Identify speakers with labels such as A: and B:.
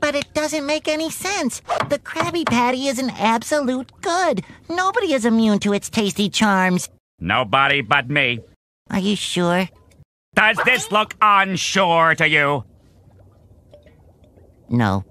A: But it doesn't make any sense. The Krabby Patty is an absolute good. Nobody is immune to its tasty charms.
B: Nobody but me.
A: Are you sure?
B: Does this look unsure to you?
A: No.